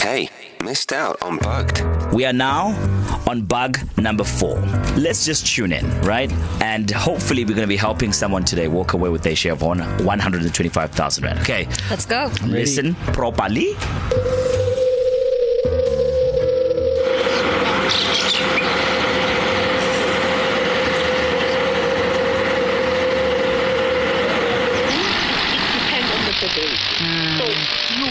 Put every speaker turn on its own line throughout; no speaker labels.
Hey, missed out on Bugged.
We are now on bug number four. Let's just tune in, right? And hopefully, we're going to be helping someone today walk away with their share of honor 125,000 Rand. Okay,
Let's go.
listen properly.
depend on the probation. So you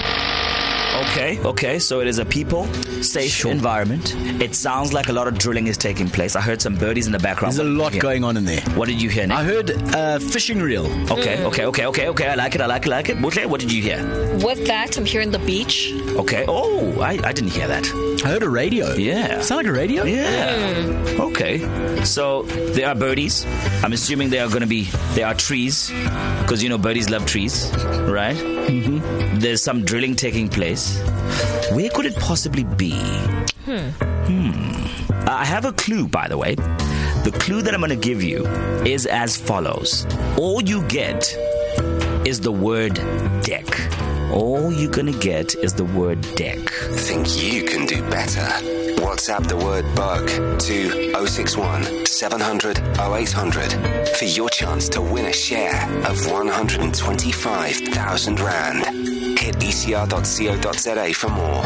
Okay, okay, so it is a people safe environment. It sounds like a lot of drilling is taking place. I heard some birdies in the background.
There's a lot
Yeah.
going on in there.
What did you hear, Nick?
I heard uh, fishing reel.
Okay, okay, okay, okay, okay. I like it, I like it, I like it. Butle, what did you hear?
With that, I'm hearing the beach.
Okay, oh, I, I didn't hear that.
I heard a radio.
Yeah.
Sound like a radio?
Yeah. Okay. So there are birdies. I'm assuming they are going to be there are trees because you know birdies love trees, right? Mm-hmm. There's some drilling taking place. Where could it possibly be? Hmm. Hmm. I have a clue, by the way. The clue that I'm going to give you is as follows. All you get is the word deck. All you're going to get is the word deck.
Think you can do better? WhatsApp the word bug to 061 700 0800 for your chance to win a share of 125,000 Rand. Hit E ecr.co.za for more.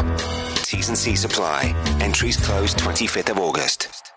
T's and C's apply. Entries close 25th of August.